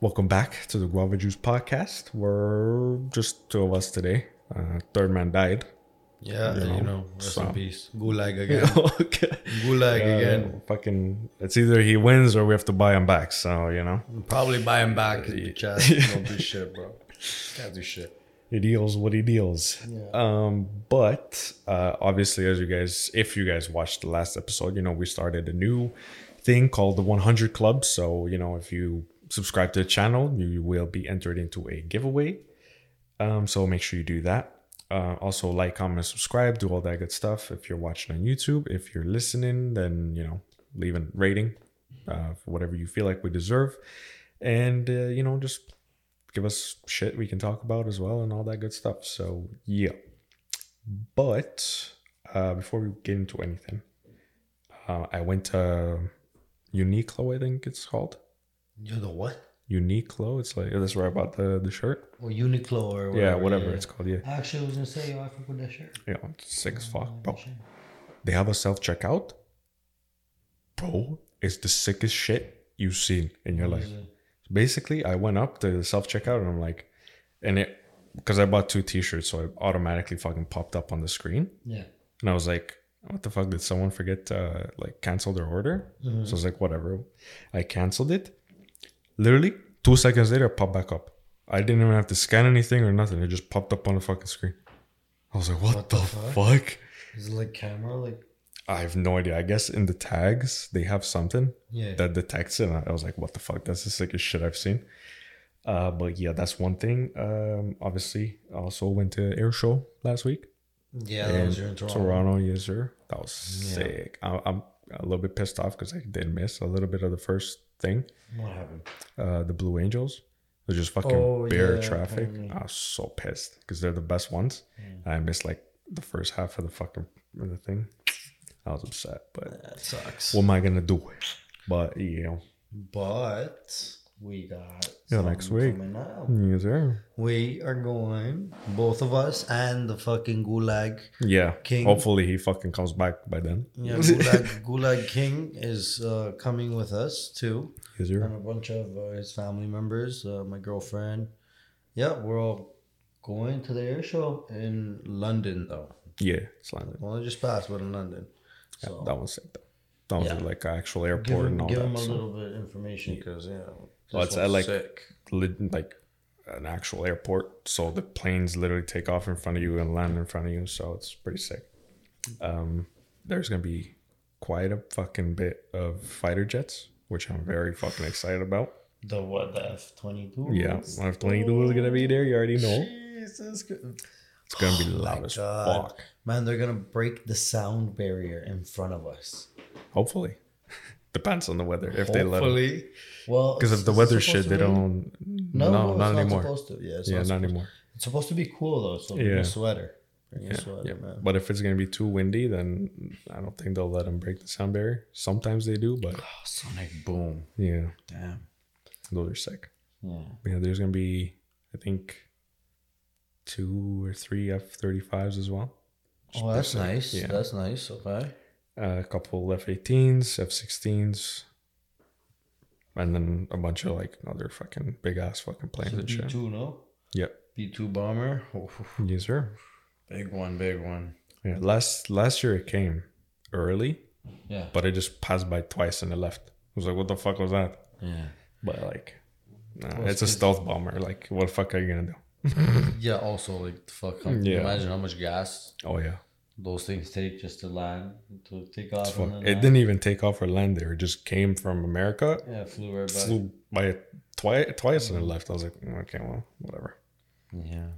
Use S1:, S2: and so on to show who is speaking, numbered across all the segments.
S1: Welcome back to the Guava Juice Podcast. We're just two of us today. Uh, third man died.
S2: Yeah,
S1: You
S2: you know,
S1: know,
S2: rest
S1: so-
S2: in peace. Gulag
S1: You
S2: again.
S1: know, okay.
S2: Gulag
S1: Uh,
S2: again.
S1: fucking, it's either he wins or we have to buy him back. So you know,
S2: Probably buy him back. The cats don't do shit, bro. Can't do shit.
S1: he deals what he deals.
S2: Yeah.
S1: Um, but uh, obviously, as you guys, if you guys watched the last episode, you know we started a new thing called the 100 Club. So you know, if you subscribe to the channel, you will be entered into a giveaway. Um, so make sure you do that. Uh, also, like, comment, subscribe, do all that good stuff. If you're watching on YouTube, if you're listening, then you know, leave a rating, uh, for whatever you feel like we deserve, and uh, you know, just give us shit we can talk about as well and all that good stuff. So yeah. But uh, before we get into anything, uh, I went to Uniqlo. I think it's called
S2: You know what?
S1: Uniqlo. It's like that's where I bought the the shirt.
S2: Or Uniqlo or
S1: yeah, whatever it's called. Yeah,
S2: I actually was gonna say, yo, I forgot that shirt.
S1: yeah, it's sick as fuck, bro. They have a self checkout, bro. It's the sickest shit you've seen in your life. basically i went up to the self-checkout and i'm like and it because i bought two t-shirts so it automatically fucking popped up on the screen
S2: Yeah.
S1: and i was like what the fuck did someone forget to uh, like cancel their order
S2: Mm-hmm.
S1: so i was like whatever i canceled it literally two seconds later it popped back up i didn't even have to scan anything or nothing it just popped up on the fucking screen i was like what,
S2: What
S1: the,
S2: the fuck?
S1: fuck
S2: Is it like camera? Like
S1: i have no idea i guess in the tags they have something
S2: yeah.
S1: that detects it. And I was like, what the fuck? That's the sickest shit I've seen. Uh, but yeah, that's one thing. Um, obviously, I also went to air show last week.
S2: yeah, that was your
S1: in
S2: intro.
S1: Toronto, yes, sir. That was
S2: Yeah.
S1: sick. I, I'm a little bit pissed off because I did miss a little bit of the first thing,
S2: What happened?
S1: uh, the Blue Angels. They're just fucking
S2: Oh,
S1: bare
S2: yeah,
S1: traffic.
S2: apparently.
S1: I was so pissed because they're the best ones.
S2: Mm.
S1: I missed like the first half of the fucking of the thing. I was upset, but
S2: That sucks.
S1: what am I gonna do? But you know,
S2: but we got
S1: Yeah, next
S2: something
S1: week.
S2: coming up.
S1: yes, sir.
S2: We are going, both of us and the fucking gulag.
S1: Yeah.
S2: King.
S1: Hopefully he fucking comes back by then.
S2: Yeah, Gulag, Gulag King is uh, coming with us too,
S1: Is there?
S2: and a bunch of uh, his family members, uh, my girlfriend. Yeah, we're all going to the air show in London though.
S1: Yeah, it's landed.
S2: Well, it just passed, but in London.
S1: Yeah,
S2: So
S1: that one's sick though. That one's
S2: Yeah.
S1: at, like an actual airport
S2: give him,
S1: and all
S2: give him
S1: that.
S2: a
S1: So,
S2: little bit of information because yeah,
S1: Well,
S2: this
S1: it's, uh,
S2: one's
S1: like-
S2: sick.
S1: lit- like an actual airport. So the planes literally take off in front of you and land in front of you. So it's pretty sick. Um, there's gonna be quite a fucking bit of fighter jets, which I'm very fucking excited about.
S2: the what the F twenty two.
S1: Yeah, my F twenty two is gonna be there. You already know
S2: Jesus.
S1: it's gonna be
S2: Oh my
S1: loud as
S2: God.
S1: fuck.
S2: Man, they're gonna break the sound barrier in front of us.
S1: Hopefully, depends on the weather if they let. 'em.
S2: Well,
S1: Because
S2: is-
S1: of the
S2: is it
S1: weather
S2: supposed
S1: shit, they
S2: to rain?
S1: don't. No,
S2: no,
S1: not
S2: it's
S1: anymore.
S2: supposed to. Yeah, it's,
S1: yeah,
S2: not
S1: not
S2: supposed-
S1: anymore.
S2: it's supposed to be cool though. So bring
S1: Yeah.
S2: a sweater. Bring a
S1: Yeah,
S2: sweater,
S1: yeah.
S2: man.
S1: But if it's gonna be too windy, then I don't think they'll let them break the sound barrier. Sometimes they do, but
S2: Oh, sonic boom.
S1: yeah,
S2: Damn.
S1: those are sick.
S2: Yeah.
S1: Yeah, there's gonna be, I think, two or three F thirty fives as well. Just
S2: Oh, that's
S1: be sick.
S2: nice.
S1: Yeah,
S2: That's nice. Okay.
S1: a couple F eighteens, F sixteens, and then a bunch of like other fucking big ass fucking planes and
S2: B
S1: shit.
S2: two no.
S1: Yep.
S2: B two bomber. Oh,
S1: Yes, sir.
S2: big one. Big one.
S1: Yeah, last last year it came early,
S2: Yeah.
S1: but it just passed by twice and it left. I was like, what the fuck was that?
S2: Yeah.
S1: But like, nah,
S2: Well,
S1: it's a
S2: it's-
S1: stealth bomber. Like, what the fuck are you gonna do?
S2: Yeah. Also, like fuck. How,
S1: Yeah.
S2: Imagine how much gas
S1: Oh yeah,
S2: those things take just to land to take
S1: It's
S2: off.
S1: fuck.
S2: and then
S1: it
S2: land.
S1: didn't even take off or land there. It just came from America,
S2: Yeah, flew right back.
S1: flew by it twi- twice and it left. I was like, mm, okay, well, whatever.
S2: Yeah.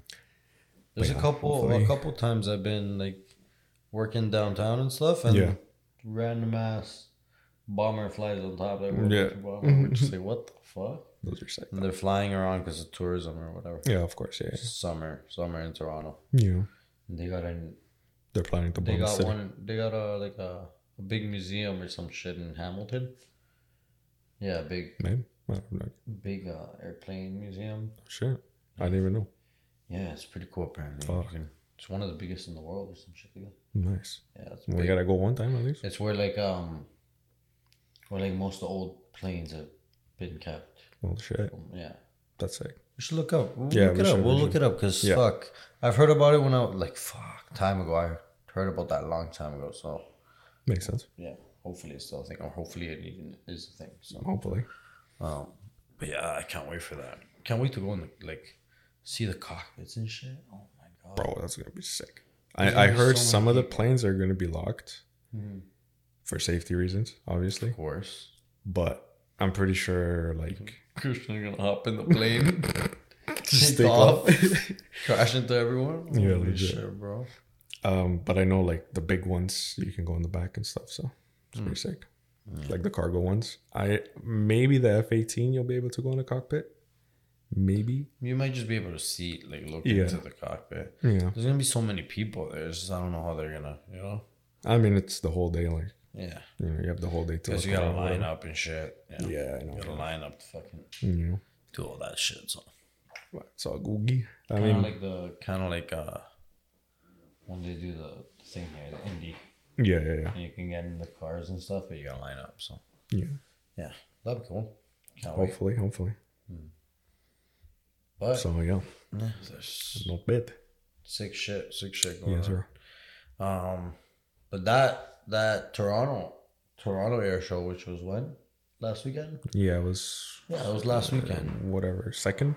S2: There's
S1: yeah,
S2: a couple
S1: hopefully-
S2: a couple times I've been like working downtown and stuff and
S1: Yeah.
S2: random ass bomber flies on top of everyone.
S1: Yeah.
S2: Bomber. We're just like, what the fuck?
S1: Those are sick.
S2: And they're flying around because of tourism or whatever.
S1: Yeah, of course. Yeah,
S2: Summer, summer in Toronto.
S1: yeah. You know,
S2: And they got an
S1: they're planning to
S2: they
S1: bomb the
S2: got
S1: city.
S2: one they got a like a, a big museum or some shit in Hamilton. Yeah, big
S1: Maybe. I don't know. Oh,
S2: big uh, airplane museum.
S1: Shit. I didn't even know.
S2: Yeah, it's pretty cool apparently.
S1: Fuck.
S2: You can- It's one of the biggest in the world or some shit. like that.
S1: Nice.
S2: Yeah, it's
S1: We gotta go one time at least.
S2: It's where like um, where like most of the old planes have been kept.
S1: Well, shit,
S2: Yeah.
S1: that's sick.
S2: We should look up. We'll
S1: Yeah,
S2: look
S1: we
S2: it up.
S1: should,
S2: We'll
S1: we
S2: look it up because
S1: Yeah.
S2: fuck, I've heard about it when I was like fuck time ago. I heard about that a long time ago. So
S1: Makes sense.
S2: yeah, hopefully it's still a thing, or hopefully it even is a thing. So
S1: Hopefully.
S2: um, but yeah, I can't wait for that. Can't wait to go and like see the cockpits and shit. Oh my god,
S1: Bro, that's gonna be sick.
S2: There's
S1: I,
S2: gonna
S1: I
S2: be
S1: heard
S2: so many
S1: some of the
S2: people.
S1: planes are gonna be locked
S2: Mhm.
S1: for safety reasons, obviously.
S2: of course.
S1: But I'm pretty sure like
S2: Krishna gonna hop in the plane,
S1: Just
S2: take
S1: take
S2: off, crash into everyone.
S1: Yeah,
S2: Holy
S1: legit.
S2: shit, bro.
S1: um but I know like the big ones you can go in the back and stuff, so it's pretty
S2: Hmm.
S1: sick. Like the cargo ones. I maybe the F eighteen you'll be able to go in the cockpit. Maybe.
S2: You might just be able to see, like, look
S1: Yeah.
S2: into the cockpit.
S1: Yeah.
S2: There's gonna be so many people there. It's just I don't know how they're gonna, you know.
S1: I mean it's the whole day, like
S2: Yeah,
S1: you know, you have the whole day to
S2: because
S1: look
S2: you gotta
S1: around,
S2: line
S1: whatever.
S2: up and shit. Yeah,
S1: Yeah, I know.
S2: you gotta line up to fucking
S1: You know.
S2: do all that shit. So
S1: but It's all googie. I
S2: kind
S1: mean
S2: of like the kind of like uh when they do the thing here, the indie,
S1: yeah, yeah, yeah.
S2: and you can get in the cars and stuff, but you gotta line up. So
S1: Yeah.
S2: yeah, that'd be cool. Can't wait.
S1: Hopefully, hopefully.
S2: But
S1: So yeah.
S2: yeah, there's
S1: No bit.
S2: sick shit, sick shit going
S1: Yes,
S2: on.
S1: sir.
S2: Um, but that that Toronto Toronto air show, which was when last weekend.
S1: Yeah, it was um,
S2: Yeah, it was last weekend.
S1: whatever second.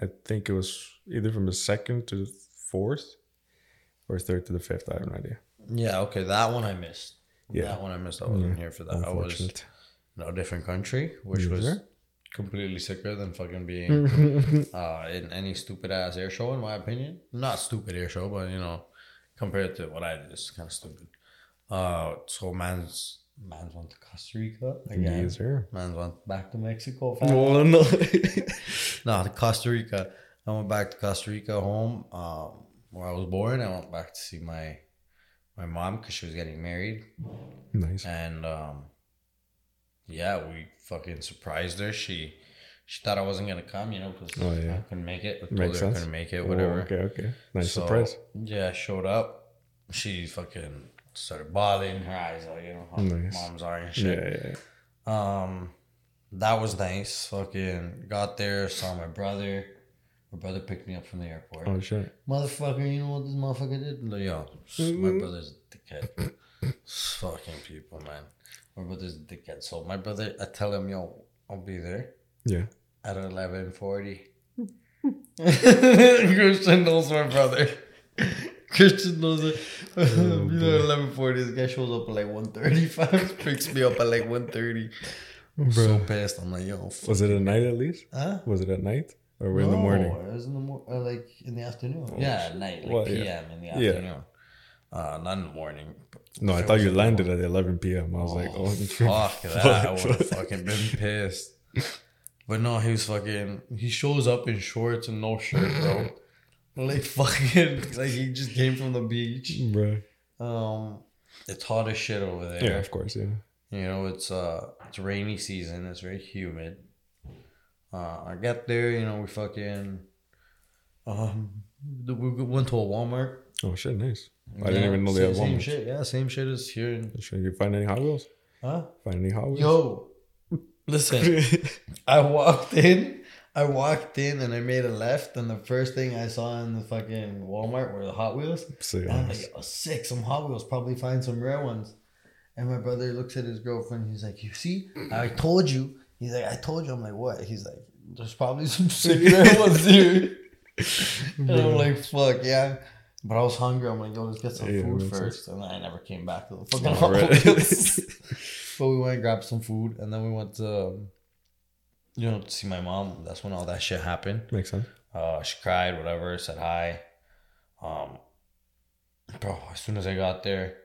S1: I think it was either from the second to the fourth, or third to the fifth. I have no idea.
S2: Yeah, okay, that one I missed.
S1: Yeah. Mm-hmm.
S2: that one I missed. I wasn't here for that. I was
S1: Unfortunate.
S2: in a different country, which
S1: You
S2: was
S1: there?
S2: completely sicker than fucking being uh, in any stupid ass air show, in my opinion. Not stupid air show, but you know, compared to what I did, it's kind of stupid. Uh, so man's man's went to Costa Rica again.
S1: Yes, sir.
S2: Man's went back to Mexico. fam.
S1: Well, no.
S2: No, to Costa Rica. I went back to Costa Rica home, um, where I was born. I went back to see my my mom because she was getting married,
S1: nice.
S2: and um, yeah, we fucking surprised her. She she thought I wasn't gonna come, you know, because
S1: Oh, yeah.
S2: I couldn't make it. I told
S1: Makes
S2: her I
S1: sense.
S2: couldn't make it,
S1: Oh,
S2: whatever.
S1: okay, okay. Nice
S2: So,
S1: surprise.
S2: Yeah, I showed up. She fucking started bawling her eyes out, you know, how
S1: Nice.
S2: moms are and shit.
S1: Yeah, yeah, yeah.
S2: Um, that was nice. Fucking got there, saw my brother. My brother picked me up from the airport.
S1: Oh shit.
S2: Motherfucker, you know what this motherfucker did? Like, yo, my
S1: Mhm.
S2: brother's a dickhead. Fucking people, man. My brother's a dickhead. So my brother, I tell him, yo, I'll be there
S1: Yeah.
S2: at eleven forty. Christian knows my brother. Christian knows it. you know, eleven forty. This guy shows up at like one thirty-five. Picks me up at like one thirty. I'm so
S1: Bro.
S2: pissed. I'm like, yo, fuck.
S1: Was it at night at least?
S2: Huh?
S1: Was it at night or in the morning?
S2: It was in the mor- uh, like in the afternoon. yeah, at night, like
S1: Well,
S2: PM
S1: yeah.
S2: in the
S1: Yeah.
S2: afternoon. Uh, not in the morning.
S1: No, I
S2: If it
S1: thought
S2: was
S1: you
S2: in the
S1: landed at 11 p.m. I was like, oh,
S2: fuck that. I would
S1: fuck.
S2: have fucking been pissed. But no, he was fucking. He shows up in shorts and no shirt, bro. Like fucking, like he just came from the beach.
S1: Bruh.
S2: Um, it's hot as shit over there.
S1: Yeah, of course. Yeah.
S2: You know, it's uh, it's rainy season. It's very humid. Uh, I got there. You know, we fucking, um, we went to a Walmart.
S1: Oh shit, nice. I didn't even know they
S2: same,
S1: had
S2: Same
S1: Walmart.
S2: shit, yeah, same shit as here. In,
S1: Should you find any Hot Wheels?
S2: huh?
S1: Find any Hot Wheels?
S2: Yo, listen. I walked in. I walked in and I made a left, and the first thing I saw in the fucking Walmart were the Hot Wheels.
S1: So,
S2: And I'm
S1: yeah.
S2: like, oh, sick, some Hot Wheels, probably find some rare ones. And my brother looks at his girlfriend. He's like, you see, I told you. He's like, I told you. I'm like, what? He's like, there's probably some sick rare ones here. and I'm like, fuck, yeah. But I was hungry. I'm like, yo, let's get some
S1: Yeah,
S2: food
S1: makes sense.
S2: first. And then I never came back to the fucking
S1: All
S2: Hot
S1: right.
S2: Wheels. but we went and grabbed some food. And then we went to, um, you know, to see my mom. That's when all that shit happened.
S1: Makes sense.
S2: Uh, she cried, whatever, said hi. Um, bro, as soon as I got there,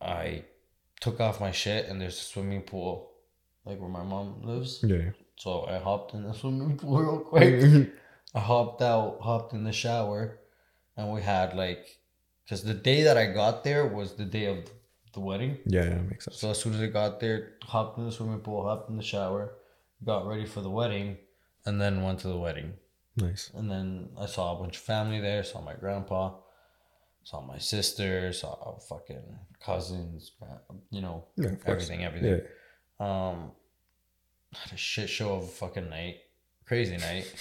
S2: I took off my shit and there's a swimming pool, like where my mom lives.
S1: Yeah.
S2: So I hopped in the swimming pool real quick.
S1: yeah.
S2: I hopped out, hopped in the shower, and we had like, because the day that I got there was the day of the wedding.
S1: Yeah, makes sense.
S2: So as soon as I got there, hopped in the swimming pool, hopped in the shower, got ready for the wedding, and then went to the wedding.
S1: Nice.
S2: And then I saw a bunch of family there. Saw my grandpa, saw my sister, saw fucking cousins, gra- you know,
S1: Yeah, of course.
S2: everything, everything.
S1: Yeah.
S2: Um, had a shit show of a fucking night, crazy night.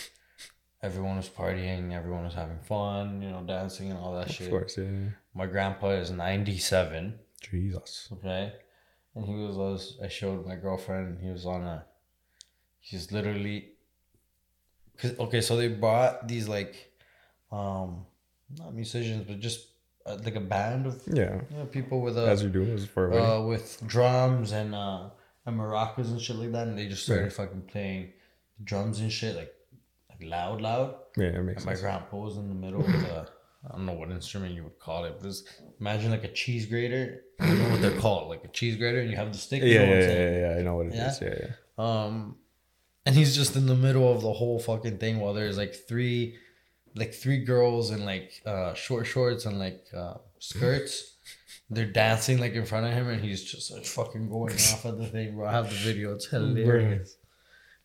S2: Everyone was partying, everyone was having fun, you know, dancing and all that
S1: Of
S2: shit.
S1: course, yeah. yeah.
S2: My grandpa is ninety seven,
S1: Jesus.
S2: okay, and he was. I was- I showed my girlfriend. He was on a. He's literally. Cause, okay, so they brought these like, um, not musicians, but just uh, like a band of
S1: Yeah,
S2: you know, people with a
S1: as you do is for a wedding.
S2: uh, with drums and uh, and maracas and shit like that, and they just started
S1: Right.
S2: fucking playing drums and shit like like loud, loud.
S1: yeah, it makes
S2: And my
S1: sense.
S2: grandpa was in the middle with a I don't know what instrument you would call it, but it's, imagine like a cheese grater. I don't know what they're called, like a cheese grater, and you have the stick.
S1: Yeah,
S2: you know what
S1: yeah,
S2: I'm
S1: yeah, yeah,
S2: saying?
S1: yeah, I know what it is.
S2: Yeah?
S1: Yeah, yeah.
S2: Um, and he's just in the middle of the whole fucking thing while there's like three, like three girls in like uh, short shorts and like uh, skirts. They're dancing like in front of him, and he's just like fucking going off at the thing, bro. I have the video. It's hilarious.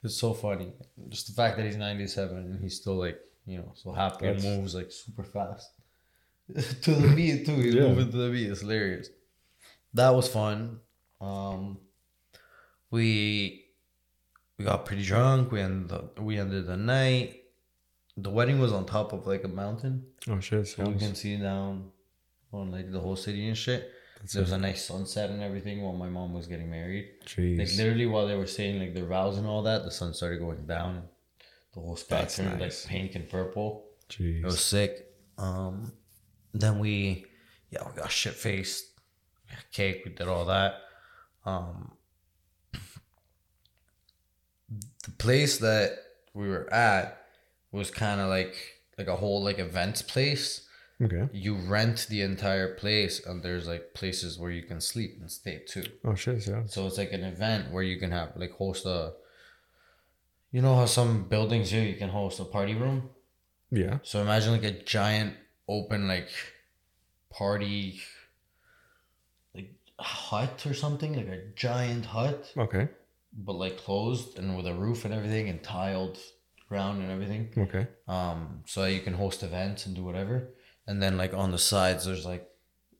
S2: It's so funny. Just the fact that he's ninety seven and he's still like you know so happy and
S1: That's-
S2: moves like super fast to the beat too. He's
S1: Yeah.
S2: moving to the beat. It's hilarious. That was fun. Um, we we got pretty drunk. We ended the, we ended the night. The wedding was on top of like a mountain.
S1: Oh shit,
S2: So we
S1: sounds
S2: can see down on like the whole city and shit. there was a nice sunset and everything while my mom was getting married. Like
S1: jeez.
S2: literally while they were saying like the vows and all that, the sun started going down. The whole sky
S1: That's
S2: turned
S1: nice.
S2: like pink and purple. It was
S1: Jeez.
S2: sick. Um, then we, yeah, we got shit faced. Cake, we did all that. Um, the place that we were at was kind of like like a whole like events place.
S1: Okay.
S2: You rent the entire place, and there's like places where you can sleep and stay too.
S1: Oh shit, yeah.
S2: So it's like an event where you can have like host a. You know how some buildings here you can host a party room.
S1: Yeah.
S2: So imagine like a giant open like party like hut or something, like a giant hut,
S1: Okay.
S2: but like closed and with a roof and everything and tiled ground and everything.
S1: Okay.
S2: Um so that you can host events and do whatever. And then like on the sides there's like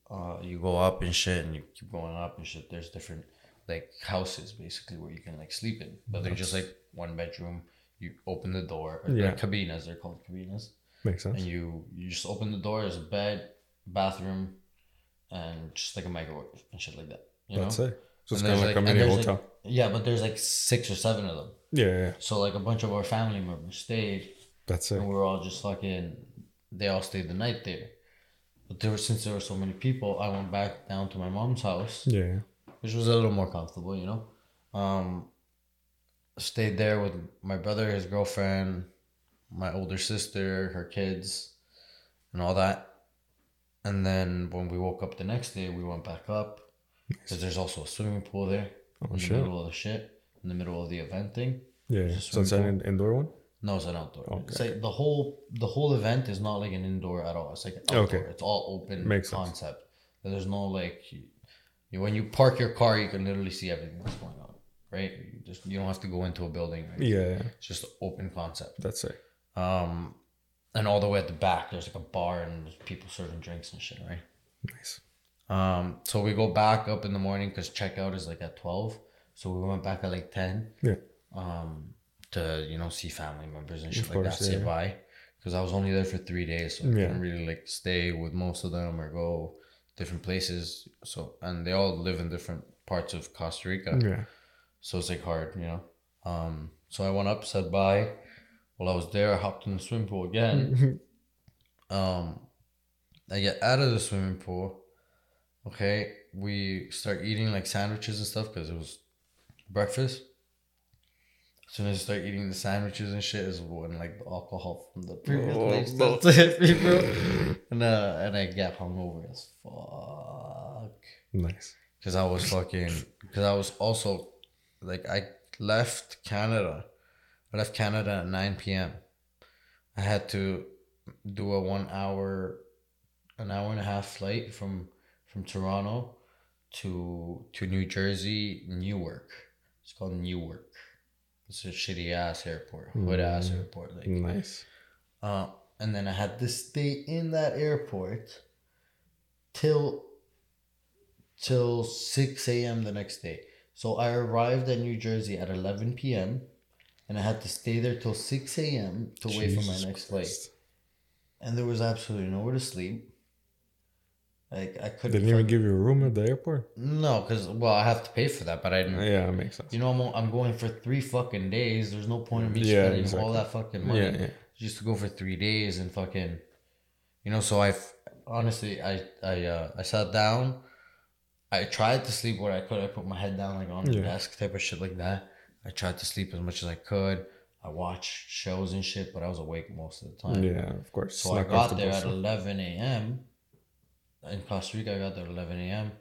S2: uh you go up and shit and you keep going up and shit. There's different like houses basically where you can like sleep in. But they're just like one bedroom. You open the door. Or
S1: Yeah.
S2: Like cabinas, they're called cabinas
S1: Makes sense.
S2: and you you just open the door. There's a bed, bathroom, and just like a microwave and shit like that. You
S1: That's
S2: know?
S1: it. So it's
S2: And
S1: kind of
S2: there's,
S1: like a
S2: and
S1: mini
S2: there's,
S1: hotel.
S2: yeah, but there's like six or seven of them.
S1: yeah, yeah, yeah.
S2: So like a bunch of our family members stayed,
S1: That's it.
S2: and we were all just fucking. They all stayed the night there. But there were, since there were so many people, I went back down to my mom's house,
S1: Yeah, yeah.
S2: which was a little more comfortable, you know. Um, stayed there with my brother, his girlfriend, my older sister, her kids, and all that. And then when we woke up the next day, we went back up because there's also a swimming pool there
S1: Oh
S2: in the
S1: shit.
S2: middle of the shit, in the middle of the event thing.
S1: Yeah. yeah.
S2: Just
S1: So it's
S2: swimming
S1: an in- indoor one.
S2: No, it's an outdoor.
S1: Okay.
S2: It's like the whole the whole event is not like an indoor at all. It's like an outdoor.
S1: Okay.
S2: It's all open
S1: Makes sense.
S2: concept. There's no like you, when you park your car, you can literally see everything that's going on, right? You just you don't have to go into a building. Right?
S1: Yeah, yeah.
S2: It's just open concept.
S1: That's it.
S2: Um, and all the way at the back, there's like a bar and there's people serving drinks and shit, right?
S1: Nice.
S2: Um, so we go back up in the morning because checkout is like at twelve. So we went back at like ten.
S1: Yeah.
S2: Um, to you know see family members and shit
S1: Of
S2: like
S1: course,
S2: that. Say
S1: yeah.
S2: bye. Because I was only there for three days, so I
S1: Yeah.
S2: didn't really like stay with most of them or go different places. So and they all live in different parts of Costa Rica.
S1: Yeah.
S2: So it's like hard, you know. Um, so I went up, said bye. While I was there, I hopped in the swimming pool again. Um, I get out of the swimming pool. Okay, we start eating like sandwiches and stuff because it was breakfast. As soon as I start eating the sandwiches and shit, is when like the alcohol from the previous
S1: Oh,
S2: night
S1: no.
S2: starts to hit me, bro. And uh, and I get hungover as fuck
S1: nice.
S2: because I was fucking because I was also like I left Canada. I left Canada at nine p.m. I had to do a one hour, an hour and a half flight from from Toronto to to New Jersey Newark. It's called Newark. It's a shitty ass airport, hood ass
S1: Mm.
S2: airport. Like
S1: Nice.
S2: uh, and then I had to stay in that airport till till six a.m. the next day. So I arrived at New Jersey at 11 p.m. and I had to stay there till 6 a.m. to wait for my
S1: Jesus
S2: next flight.
S1: Christ.
S2: And there was absolutely nowhere to sleep. Like I
S1: They
S2: couldn't.
S1: didn't even
S2: fuck-
S1: give you a room at the airport.
S2: No, because well, I have to pay for that, but I didn't.
S1: Yeah, it makes sense.
S2: You know, I'm, o- I'm going for three fucking days. There's no point in me
S1: Yeah,
S2: spending all
S1: exactly.
S2: that fucking money
S1: Yeah, yeah.
S2: just to go for three days and fucking, you know. So I f- honestly, I I uh, I sat down. I tried to sleep where I could. I put my head down like on the
S1: Yeah.
S2: desk type of shit like that. I tried to sleep as much as I could. I watched shows and shit, but I was awake most of the time.
S1: Yeah, of course.
S2: So
S1: It's
S2: I
S1: not
S2: got there at
S1: comfortable,
S2: 11 a.m. In Costa Rica, I got there at 11 a.m.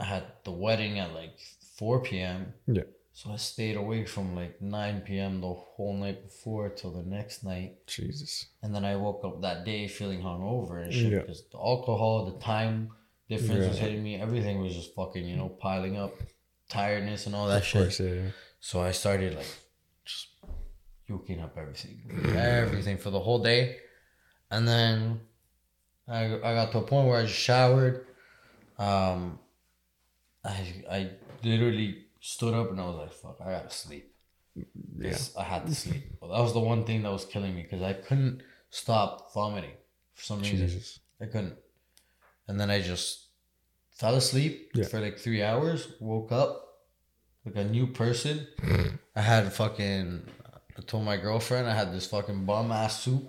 S2: I had the wedding at like 4 p.m.
S1: Yeah.
S2: So I stayed awake from like 9 p.m. the whole night before till the next night.
S1: so- Jesus.
S2: And then I woke up that day feeling hungover and shit
S1: Yeah.
S2: because the alcohol, the time difference was
S1: Yeah.
S2: hitting me. Everything was just fucking, you know, piling up, tiredness and all that
S1: Of
S2: shit.
S1: course, yeah, yeah.
S2: So I started like just yuking up everything, everything for the whole day, and then I I got to a point where I just showered. Um, I I literally stood up and I was like, "Fuck, I gotta sleep."
S1: Yeah.
S2: This- I had to sleep. Well, that was the one thing that was killing me because I couldn't stop vomiting for some reason.
S1: Jesus.
S2: I couldn't. And then I just fell asleep
S1: Yeah.
S2: for like three hours, woke up like a new person. I had fucking, I told my girlfriend I had this fucking bomb ass soup.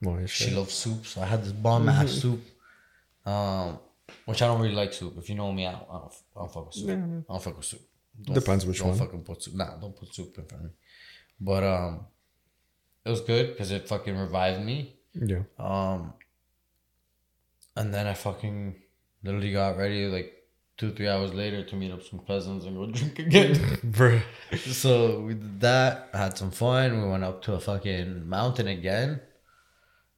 S1: Why
S2: She
S1: shit?
S2: loves soup, so I had this bomb ass
S1: Mm-hmm.
S2: soup. Um, which I don't really like soup. If you know me, I don't, I don't, I don't fuck with soup.
S1: Yeah, yeah.
S2: I don't fuck with soup.
S1: Depends which
S2: don't
S1: one.
S2: Fucking put soup. Nah, don't put soup in front of me. But um, it was good because it fucking revived me.
S1: Yeah.
S2: Um, and then I fucking literally got ready like two, three hours later to meet up some cousins and go drink again.
S1: Bruh.
S2: so we did that, had some fun. We went up to a fucking mountain again.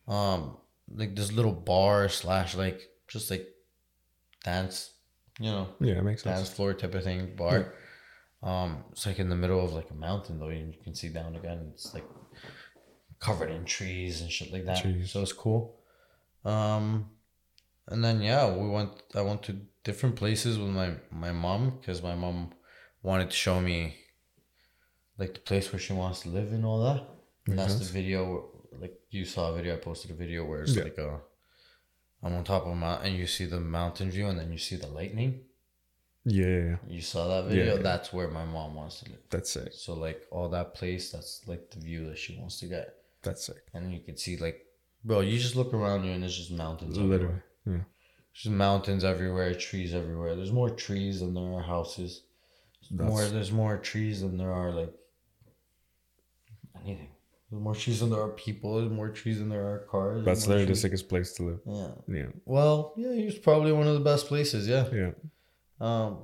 S2: Um, like this little bar slash like just like dance, you know,
S1: Yeah, it makes sense.
S2: dance floor type of thing bar. Um, it's like in the middle of like a mountain though, and you can see down again. It's like covered in trees and shit like that.
S1: Jeez.
S2: So it's cool. Um, and then yeah, we went. I went to different places with my my mom because my mom wanted to show me like the place where she wants to live and all that.
S1: Makes
S2: And that's
S1: sense.
S2: the video. where- Like you saw a video. I posted a video where it's
S1: Yeah.
S2: like a. I'm on top of a mountain. You see the mountain view, and then you see the lightning.
S1: Yeah, yeah, yeah.
S2: You saw that video.
S1: yeah.
S2: That's where my mom wants to live.
S1: That's sick.
S2: So like all that place, that's like the view that she wants to get,
S1: That's sick.
S2: and you can see like, bro, you just look around you and there's just mountains.
S1: Literally.
S2: everywhere.
S1: Yeah.
S2: There's just mountains everywhere, trees everywhere. There's more trees than there are houses.
S1: That's-
S2: More there's more trees than there are like anything. There's more trees than there are people. There's more trees than there are cars.
S1: That's
S2: there.
S1: literally the sickest place to live.
S2: Yeah.
S1: Yeah.
S2: Well, yeah, it's probably one of the best places. Yeah.
S1: Yeah.
S2: Um,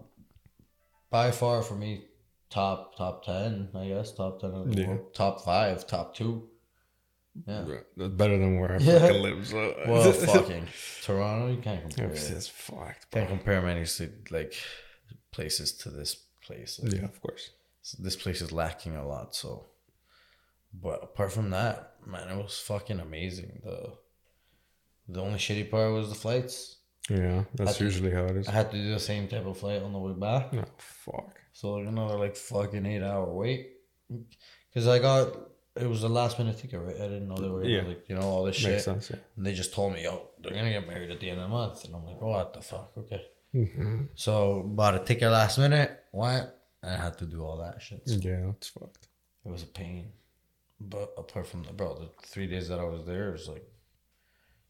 S2: by far for me, top top ten, I guess top ten, of the
S1: Yeah.
S2: world, top five, top two. Yeah.
S1: Bruh, That's better than where I
S2: Yeah.
S1: fucking live. So.
S2: Well, fucking Toronto, you can't compare.
S1: It's
S2: it.
S1: just fucked.
S2: Can't
S1: Bro.
S2: compare many ci- like places to this place. Like,
S1: Yeah, of course.
S2: s- This place is lacking a lot. So, but apart from that, man, it was fucking amazing. The the only shitty part was the flights.
S1: Yeah,
S2: I
S1: that's
S2: think-
S1: usually how it is.
S2: I had to do the same type of flight on the way back.
S1: No, fuck.
S2: So like another like fucking eight hour wait, because I got it was a last minute ticket. Right? I didn't know they were gonna,
S1: Yeah.
S2: like you know all this
S1: Makes
S2: shit.
S1: sense. Yeah.
S2: And they just told me, yo, they're gonna get married at the end of the month, and I'm like, what the fuck? Okay. So bought a ticket last minute. What? And I had to do all that shit. So
S1: Yeah, that's fucked.
S2: It was a pain. But apart from the bro, the three days that I was there, it was like,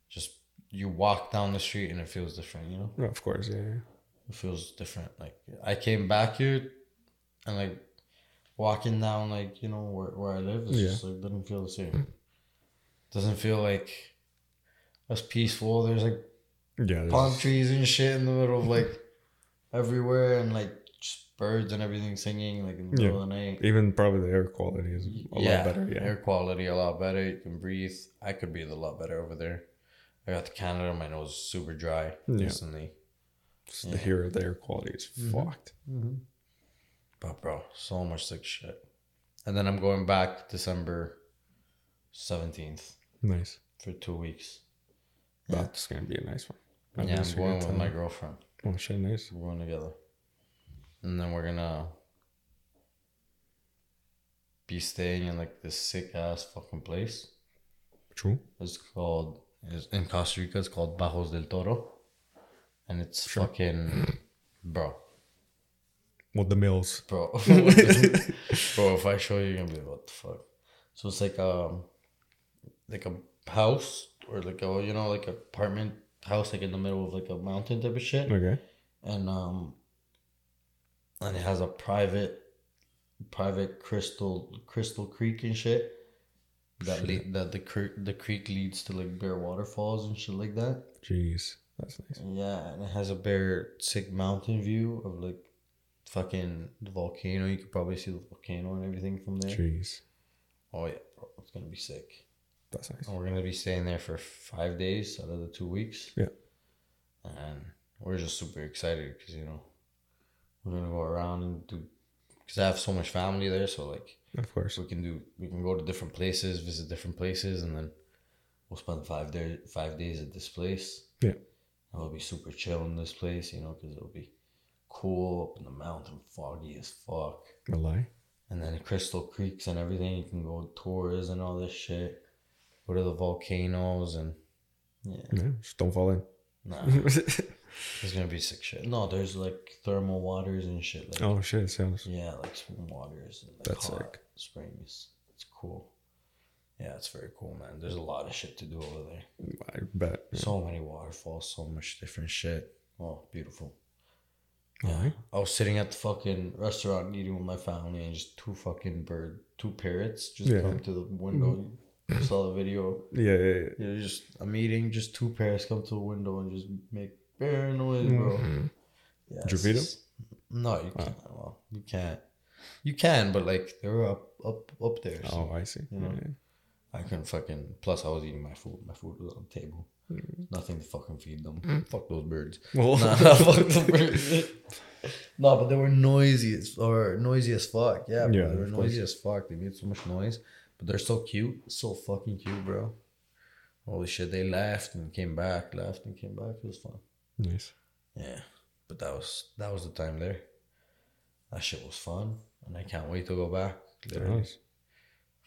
S2: just you walk down the street and it feels different, you know.
S1: No, of course. Yeah. yeah.
S2: It feels different. Like I came back here, and like walking down, like you know where, where I live, it's
S1: Yeah.
S2: just like doesn't feel the same. Doesn't feel like as peaceful. There's like
S1: Yeah. this
S2: palm
S1: is-
S2: trees and shit in the middle of like everywhere, and like just birds and everything singing like in the middle of the night.
S1: Even probably the air quality is a lot better. Yeah.
S2: air quality a lot better. You can breathe. I could breathe a lot better over there. I got to Canada. My nose is super dry
S1: Yeah.
S2: recently.
S1: Just The here, the air quality is fucked.
S2: But bro, so much sick shit. And then I'm going back December seventeenth
S1: Nice.
S2: for two weeks.
S1: That's gonna be a nice one. At
S2: yeah,
S1: least
S2: I'm
S1: you
S2: going
S1: get
S2: with
S1: to-
S2: my girlfriend.
S1: Oh shit, nice.
S2: We're going together. and then we're gonna be staying in like this sick ass fucking place.
S1: True.
S2: It's called it's in Costa Rica. It's called Bajos del Toro, and it's fucking bro,
S1: With the mills.
S2: bro, bro. If I show you, you're gonna be like, what the fuck. So it's like um, like a house or like a you know like apartment house like in the middle of like a mountain type of shit,
S1: Okay.
S2: and um, and it has a private, private crystal crystal creek and shit. That, lead, that the creek the creek leads to like bare waterfalls and shit like that.
S1: Jeez. That's nice.
S2: Yeah, and it has a bare sick mountain view of like fucking the volcano. You could probably see the volcano and everything from there.
S1: Jeez.
S2: Oh yeah, bro, it's gonna be sick.
S1: That's nice.
S2: And we're gonna be staying there for five days out of the two weeks.
S1: Yeah.
S2: And we're just super excited because you know we're gonna go around and do because I have so much family there, so like
S1: Of course.
S2: we can do we can go to different places, visit different places, and then we'll spend five day five days at this place.
S1: Yeah.
S2: And we'll be super chill in this place, you know, because it'll be cool up in the mountain, foggy as fuck.
S1: A lie.
S2: And then Crystal Creeks and everything, you can go on tours and all this shit. Go to the volcanoes and yeah,
S1: Yeah. Just don't fall in.
S2: nah, Uh-huh. it's gonna be sick shit. No, there's like thermal waters and shit. Like,
S1: oh shit. Sounds.
S2: yeah, like swim waters and like
S1: That's
S2: hot
S1: sick.
S2: springs. It's cool. Yeah, it's very cool, man. There's a lot of shit to do over there.
S1: I bet.
S2: So many waterfalls, so much different shit. Oh, beautiful.
S1: Alright.
S2: I was sitting at the fucking restaurant eating with my family and just two fucking bird, two parrots just
S1: Yeah.
S2: come to the window. You saw the video.
S1: Yeah. yeah, yeah.
S2: You know, just I'm eating, just two parrots come to the window and just make bear noise, bro.
S1: Mm-hmm.
S2: Yeah,
S1: Did you
S2: it's
S1: feed 'em?
S2: just- No, you can't. Well, you can't. You can, but like they were up, up, up there. so
S1: Oh, I see.
S2: You know.
S1: Yeah.
S2: I couldn't fucking. Plus, I was eating my food. My food was on the table. Nothing to fucking feed them. Fuck those birds.
S1: Well,
S2: Nah, nah, fuck the birds. no, but they were noisy as or noisy as fuck. Yeah, bro,
S1: Yeah,
S2: they were
S1: of course.
S2: noisy as fuck. They made so much noise, but they're so cute, so fucking cute, bro. Holy shit! They left and came back, left and came back. It was fun.
S1: nice.
S2: Yeah, but that was that was the time there. That shit was fun, and I can't wait to go back. Literally,
S1: Nice.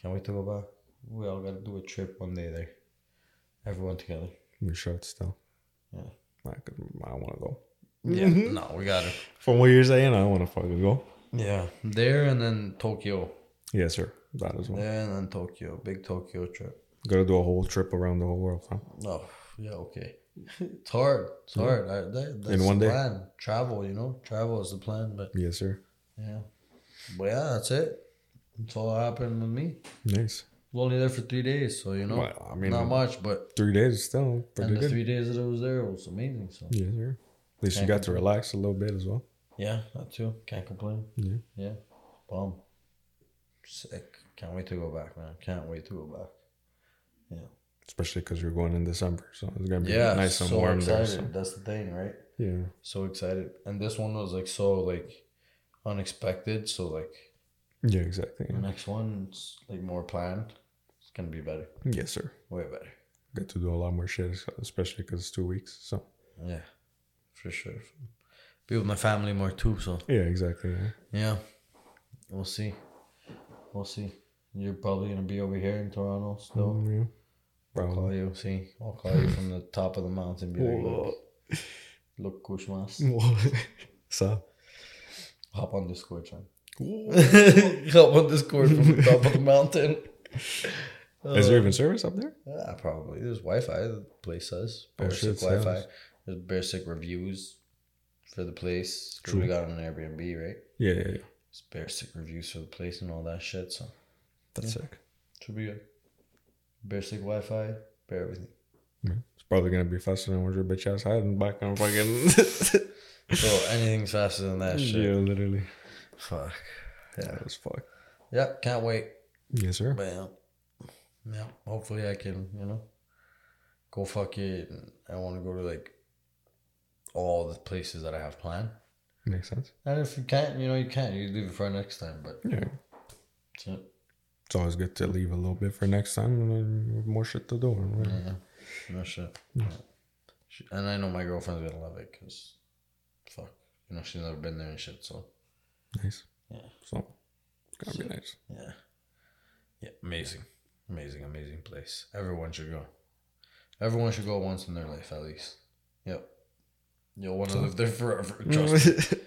S2: can't wait to go back. We all gotta do a trip one day there. Everyone together.
S1: We should still.
S2: Yeah.
S1: I, could, I don't want to go.
S2: Yeah.
S1: Mm-hmm.
S2: No, we gotta.
S1: From what you're saying, I don't want to fucking go.
S2: Yeah, there and then Tokyo.
S1: Yeah, sir. That as well.
S2: There and then Tokyo. Big Tokyo trip.
S1: Gotta do a whole trip around the whole world, huh?
S2: No. Yeah. Okay. It's hard. It's hard. I, that, that's
S1: In one
S2: the
S1: day.
S2: plan. Travel. You know, travel is the plan. But
S1: Yes, sir.
S2: yeah. But yeah, that's it. That's all that happened with me.
S1: Nice.
S2: was only there for three days, so you know,
S1: Well, I mean,
S2: not
S1: um,
S2: much, but
S1: Three days still pretty
S2: and the
S1: good.
S2: three days that I was there it was amazing. So
S1: yes, sir. At least you
S2: Can't
S1: got to relax a little bit as well.
S2: yeah, that too. Can't complain.
S1: Yeah.
S2: Yeah, bomb. Sick. Can't wait to go back, man. Can't wait to go back. Yeah.
S1: Especially because you're going in December, so it's gonna be
S2: Yeah.
S1: nice and
S2: so
S1: warm there.
S2: excited.
S1: So.
S2: That's the thing, right?
S1: Yeah.
S2: So excited, and this one was like so like unexpected. So like
S1: Yeah. Exactly.
S2: the next one's like more planned. It's gonna be better.
S1: Yes, sir.
S2: Way better.
S1: Get to do a lot more shit, especially because it's two weeks. So.
S2: Yeah, for sure. Be with my family more too. So
S1: Yeah. Exactly. Yeah.
S2: Yeah. We'll see. We'll see. You're probably gonna be over here in Toronto still.
S1: Mm, yeah.
S2: I'll
S1: Probably.
S2: call you, see. I'll call you from the top of the mountain. Be like, look, look Kushmas.
S1: so.
S2: Hop on Discord, man. Hop on Discord from the top of the mountain. Uh,
S1: Is there even service up there?
S2: Yeah, probably. There's Wi-Fi. The place has
S1: Oh,
S2: bare
S1: shit,
S2: sick Wi-Fi.
S1: sounds.
S2: There's bare sick reviews for the place. 'cause
S1: True.
S2: We got it on Airbnb, right?
S1: Yeah. Yeah. yeah.
S2: There's bare sick reviews for the place and all that shit. So
S1: That's sick.
S2: Should be good. Basic Wi Fi, bear everything.
S1: It's probably gonna be faster than what your bitch ass had and back on fucking.
S2: Bro, anything's faster than that shit.
S1: yeah, literally.
S2: Fuck. Yeah.
S1: That was fuck.
S2: Yeah, can't wait.
S1: Yes, sir.
S2: But yeah. Yeah, hopefully I can, you know, go fuck it. And I want to go to like all the places that I have planned.
S1: Makes sense.
S2: And if you can't, you know, you can't. You leave it for next time. But
S1: Yeah.
S2: that's it.
S1: It's always good to leave a little bit for next time and then with more shit to do. and whatever.
S2: yeah, no shit. Yeah. She- And I know my girlfriend's gonna love it because, fuck, you know, she's never been there and shit. So
S1: Nice.
S3: Yeah.
S1: So it's gotta be nice.
S3: Yeah.
S2: Yeah, amazing, amazing, amazing place. Everyone should go. Everyone should go once in their life at least. Yep. You'll want to live there forever. Trust me.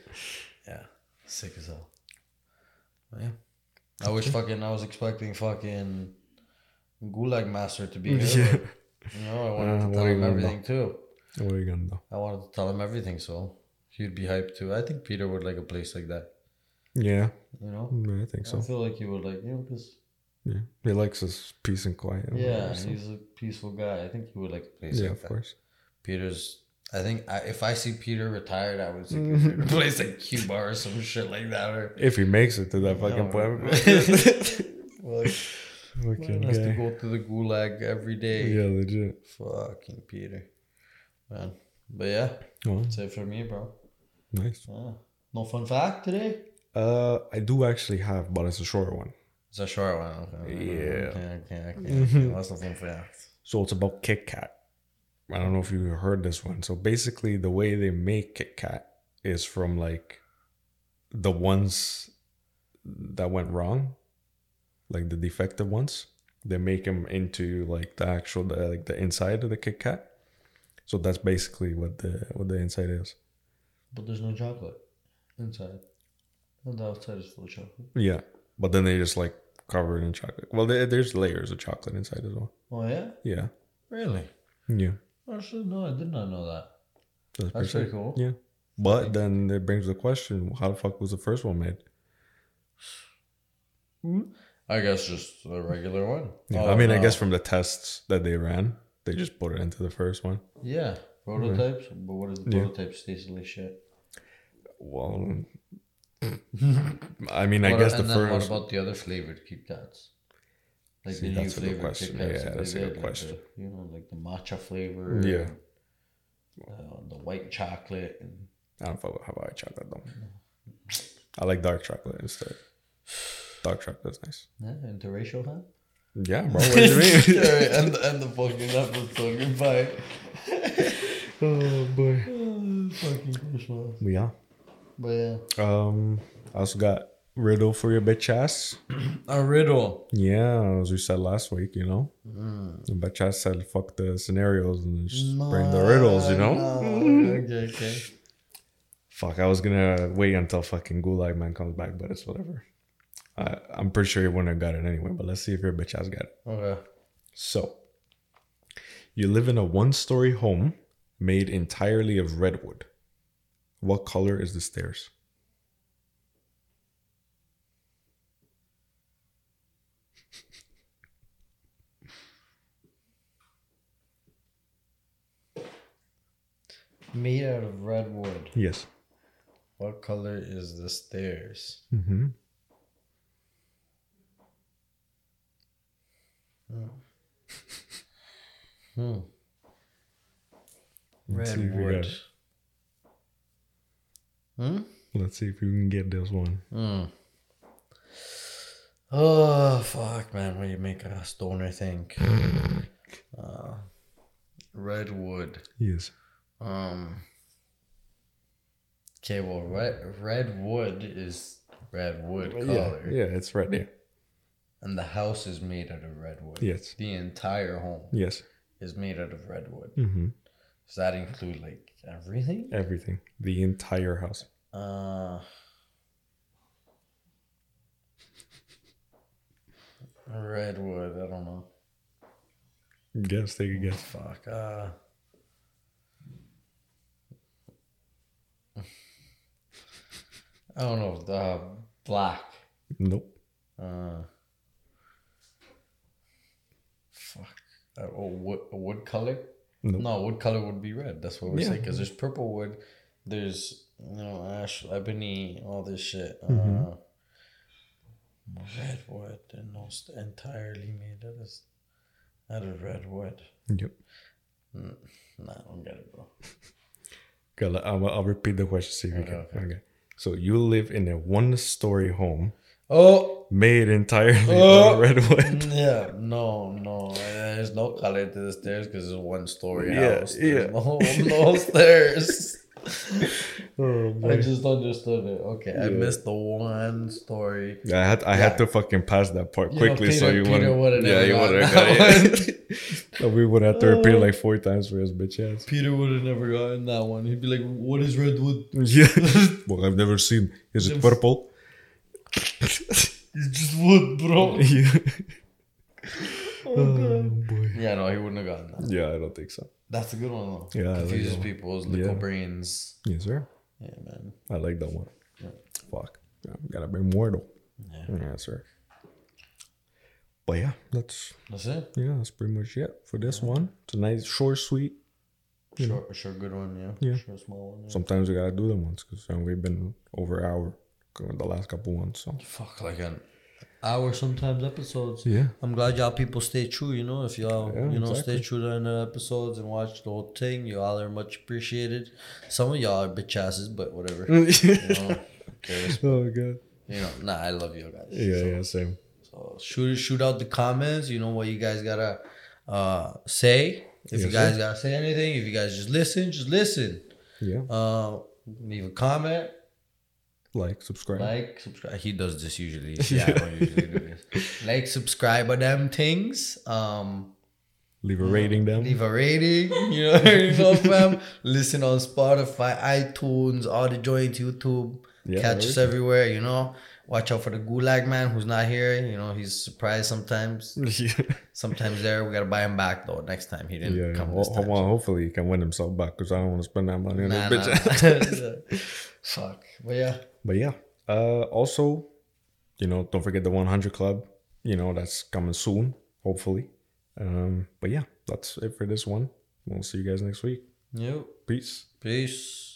S2: Yeah. Sick as hell. But yeah. I wish fucking I was expecting fucking Gulag Master to be here.
S1: Yeah.
S2: but, You know, I wanted
S1: Uh,
S2: to
S1: what
S2: tell
S1: are you
S2: him
S1: gonna
S2: everything too.
S1: What are you gonna do?
S2: I wanted to tell him everything, so he'd be hyped too. I think Peter would like a place like that.
S1: Yeah,
S2: You know,
S1: mm, I think
S2: I
S1: so.
S2: feel like he would like you know because
S1: Yeah, he likes his peace and quiet. and
S2: yeah,
S1: whatever, so-
S2: he's a peaceful guy. I think he would like a place
S1: yeah,
S2: like
S1: of
S2: that.
S1: course.
S2: Peter's. I think I, if I see Peter retired, I would see Peter in a place like Cuba or some shit like that. Or
S1: If he makes it to that fucking
S2: No.
S1: point,
S2: like,
S1: fucking
S2: man has to
S1: guy.
S2: go to the gulag every day.
S1: Yeah, legit.
S2: Fucking Peter, man. But yeah,
S1: Oh,
S2: that's it for me, bro.
S1: nice.
S2: Yeah. No fun fact today.
S1: Uh, I do actually have, but it's a short one.
S2: It's a short one. Okay.
S1: Yeah.
S2: Okay. Okay. okay.
S1: Mhm.
S2: What's the fun fact?
S1: So it's about Kit Kat. I don't know if you heard this one. So basically, the way they make Kit Kat is from like the ones that went wrong, like the defective ones. They make them into like the actual the, like the inside of the Kit Kat. So that's basically what the what the inside is.
S2: But there's no chocolate inside. And the outside is full of chocolate.
S1: Yeah, but then they just like cover it in chocolate. Well, there, there's layers of chocolate inside as well.
S2: Oh yeah.
S1: Yeah,
S2: Really?
S1: yeah,
S2: Actually, no. I did not know that.
S1: that's,
S2: That's
S1: pretty
S2: pretty cool.
S1: Yeah, but then it brings the question: How the fuck was the first one made?
S2: I guess just a regular one. Oh,
S1: Yeah, I mean, I guess from the tests that they ran, they just put it into the first one.
S2: Yeah, prototypes. But what is the
S1: Yeah.
S2: prototypes taste like shit?
S1: Well, I mean, I
S2: What-
S1: guess the
S2: and then
S1: first.
S2: What about the other flavored Kit Kats? Like
S1: See,
S2: the new
S1: that's a good
S2: flavored
S1: question.
S2: Kit Kats
S1: Yeah,
S2: that
S1: that's
S2: they
S1: a good
S2: did, like
S1: question.
S2: the, you know, like the matcha flavor.
S1: Yeah.
S2: Uh, the white chocolate. And,
S1: I don't fuck with how about chocolate though. I like dark chocolate instead. Dark chocolate's nice.
S2: yeah, interracial, huh?
S1: Yeah, bro. What do you mean?
S2: Alright, end, the- end the fucking episode. Goodbye.
S1: oh boy.
S2: Oh, fucking Christmas.
S1: Yeah.
S2: But yeah.
S1: Um, I also got riddle for your bitch ass.
S2: A riddle.
S1: Yeah, as we said last week, you know, the bitch ass said, "Fuck the scenarios and just bring the riddles," you know.
S2: okay, okay.
S1: Fuck, I was gonna wait until fucking Gulag Man comes back, but it's whatever. I, I'm pretty sure he wouldn't have got it anyway. But let's see if your bitch ass got it.
S2: Okay.
S1: So, you live in a one-story home made entirely of redwood. What color is the stairs?
S2: Made out of redwood.
S1: Yes.
S2: What color is the stairs?
S1: Mm-hmm.
S2: Hmm.
S1: Let's see if we got
S2: Redwood.
S1: it.
S2: Hmm?
S1: Let's see if we can get this one.
S2: Hmm. Oh, fuck, man. What do you make a stoner think? uh, redwood.
S1: Yes.
S2: Um. Okay, well, red, redwood is redwood color.
S1: Yeah, yeah, it's right there.
S2: And the house is made out of redwood.
S1: Yes.
S2: The entire home
S1: Yes.
S2: is made out of redwood.
S1: hmm
S2: Does that include, like, everything?
S1: Everything. The entire house.
S2: Uh, redwood. I don't know.
S1: Guess. Take a guess.
S2: Fuck. Uh, I don't know. The black.
S1: Nope.
S2: Uh, fuck. Uh, oh, wood, wood color.
S1: Nope.
S2: No, wood color would be red. That's what we're
S1: Yeah.
S2: saying. Because there's purple wood, there's you know ash, ebony, all this shit.
S1: Mhm.
S2: Uh, red wood and almost entirely made out of out of red wood.
S1: Yep.
S2: Mm, nah, I don't get it, bro.
S1: Okay, let- I'll, I'll repeat the question. See if you
S2: Okay,
S1: can.
S2: okay.
S1: Okay. So you live in a one-story home
S2: Oh
S1: made entirely
S2: Oh.
S1: of redwood.
S2: yeah, no, no. There's no color to the stairs because it's a one story
S1: Yeah,
S2: house.
S1: yeah.
S2: There's no, no stairs.
S1: Oh,
S2: I
S1: boy.
S2: just understood it. Okay, I
S1: Yeah.
S2: missed the one story.
S1: Yeah, I had I had to fucking pass that part
S2: You know,
S1: quickly, so
S2: Peter-
S1: you
S2: Peter
S1: wouldn't.
S2: would've never
S1: would've
S2: gotten
S1: got
S2: that
S1: it. so we would have to repeat like four times for his bitch ass.
S2: Peter would have never gotten that one. He'd be like, "What is redwood?"
S1: Yeah. well, I've never seen. Is it purple?
S2: It's just wood, bro.
S1: yeah. Oh, boy.
S2: Yeah, no, he wouldn't have gotten that.
S1: Yeah, I don't think so.
S2: That's a good one though.
S1: Yeah, I like
S2: confuses
S1: that one.
S2: people's little
S1: Yeah.
S2: brains.
S1: Yes, sir.
S2: Yeah, man.
S1: I like that one. Fuck. Yeah, gotta be mortal.
S2: Yeah.
S1: Yeah, sir. But yeah, that's
S2: That's it.
S1: yeah, that's pretty much it for this one. Tonight's short, sweet.
S2: Sure, sure, good one. Yeah.
S1: Yeah.
S2: Sure, small one. Yeah.
S1: Sometimes we gotta do them once because we've been over an hour going the last couple ones. So
S2: Fuck, like an hour sometimes episodes.
S1: yeah,
S2: I'm glad y'all people stay true. You know, if y'all
S1: Yeah,
S2: you know
S1: exactly.
S2: stay true to the episodes and watch the whole thing, y'all are much appreciated. Some of y'all are bitch asses, but whatever.
S1: Mm.
S2: you know, okay,
S1: oh god.
S2: you know, nah, I love you guys.
S1: Yeah, yeah, same.
S2: So shoot shoot out the comments. You know what you guys gotta uh, say. If you
S1: Yes,
S2: guys gotta say anything, if you guys just listen, just listen.
S1: Yeah,
S2: Uh, leave a comment,
S1: like, subscribe.
S2: like, subscribe. He does this usually. Yeah, I don't usually do this. Like, subscribe on them things. Um,
S1: leave a rating down.
S2: leave a rating. You know, what I mean, fam. Listen on Spotify, iTunes, all the joints, YouTube.
S1: Yeah,
S2: Catch us
S1: everything.
S2: everywhere. You know. Watch out for the gulag man who's not here. You know, he's surprised sometimes.
S1: yeah,
S2: Sometimes there we gotta buy him back though. Next time he didn't
S1: yeah.
S2: come
S1: Ho-
S2: this
S1: ho-
S2: time.
S1: well, hopefully he can win himself back because I don't want to spend that money on
S2: Nah,
S1: this bitch.
S2: nah, nah. Fuck. But yeah,
S1: But yeah, uh, also, you know, don't forget the 100 Club. You know, that's coming soon, hopefully. Um, but yeah, that's it for this one. We'll see you guys next week.
S2: you.
S1: Peace.
S2: Peace.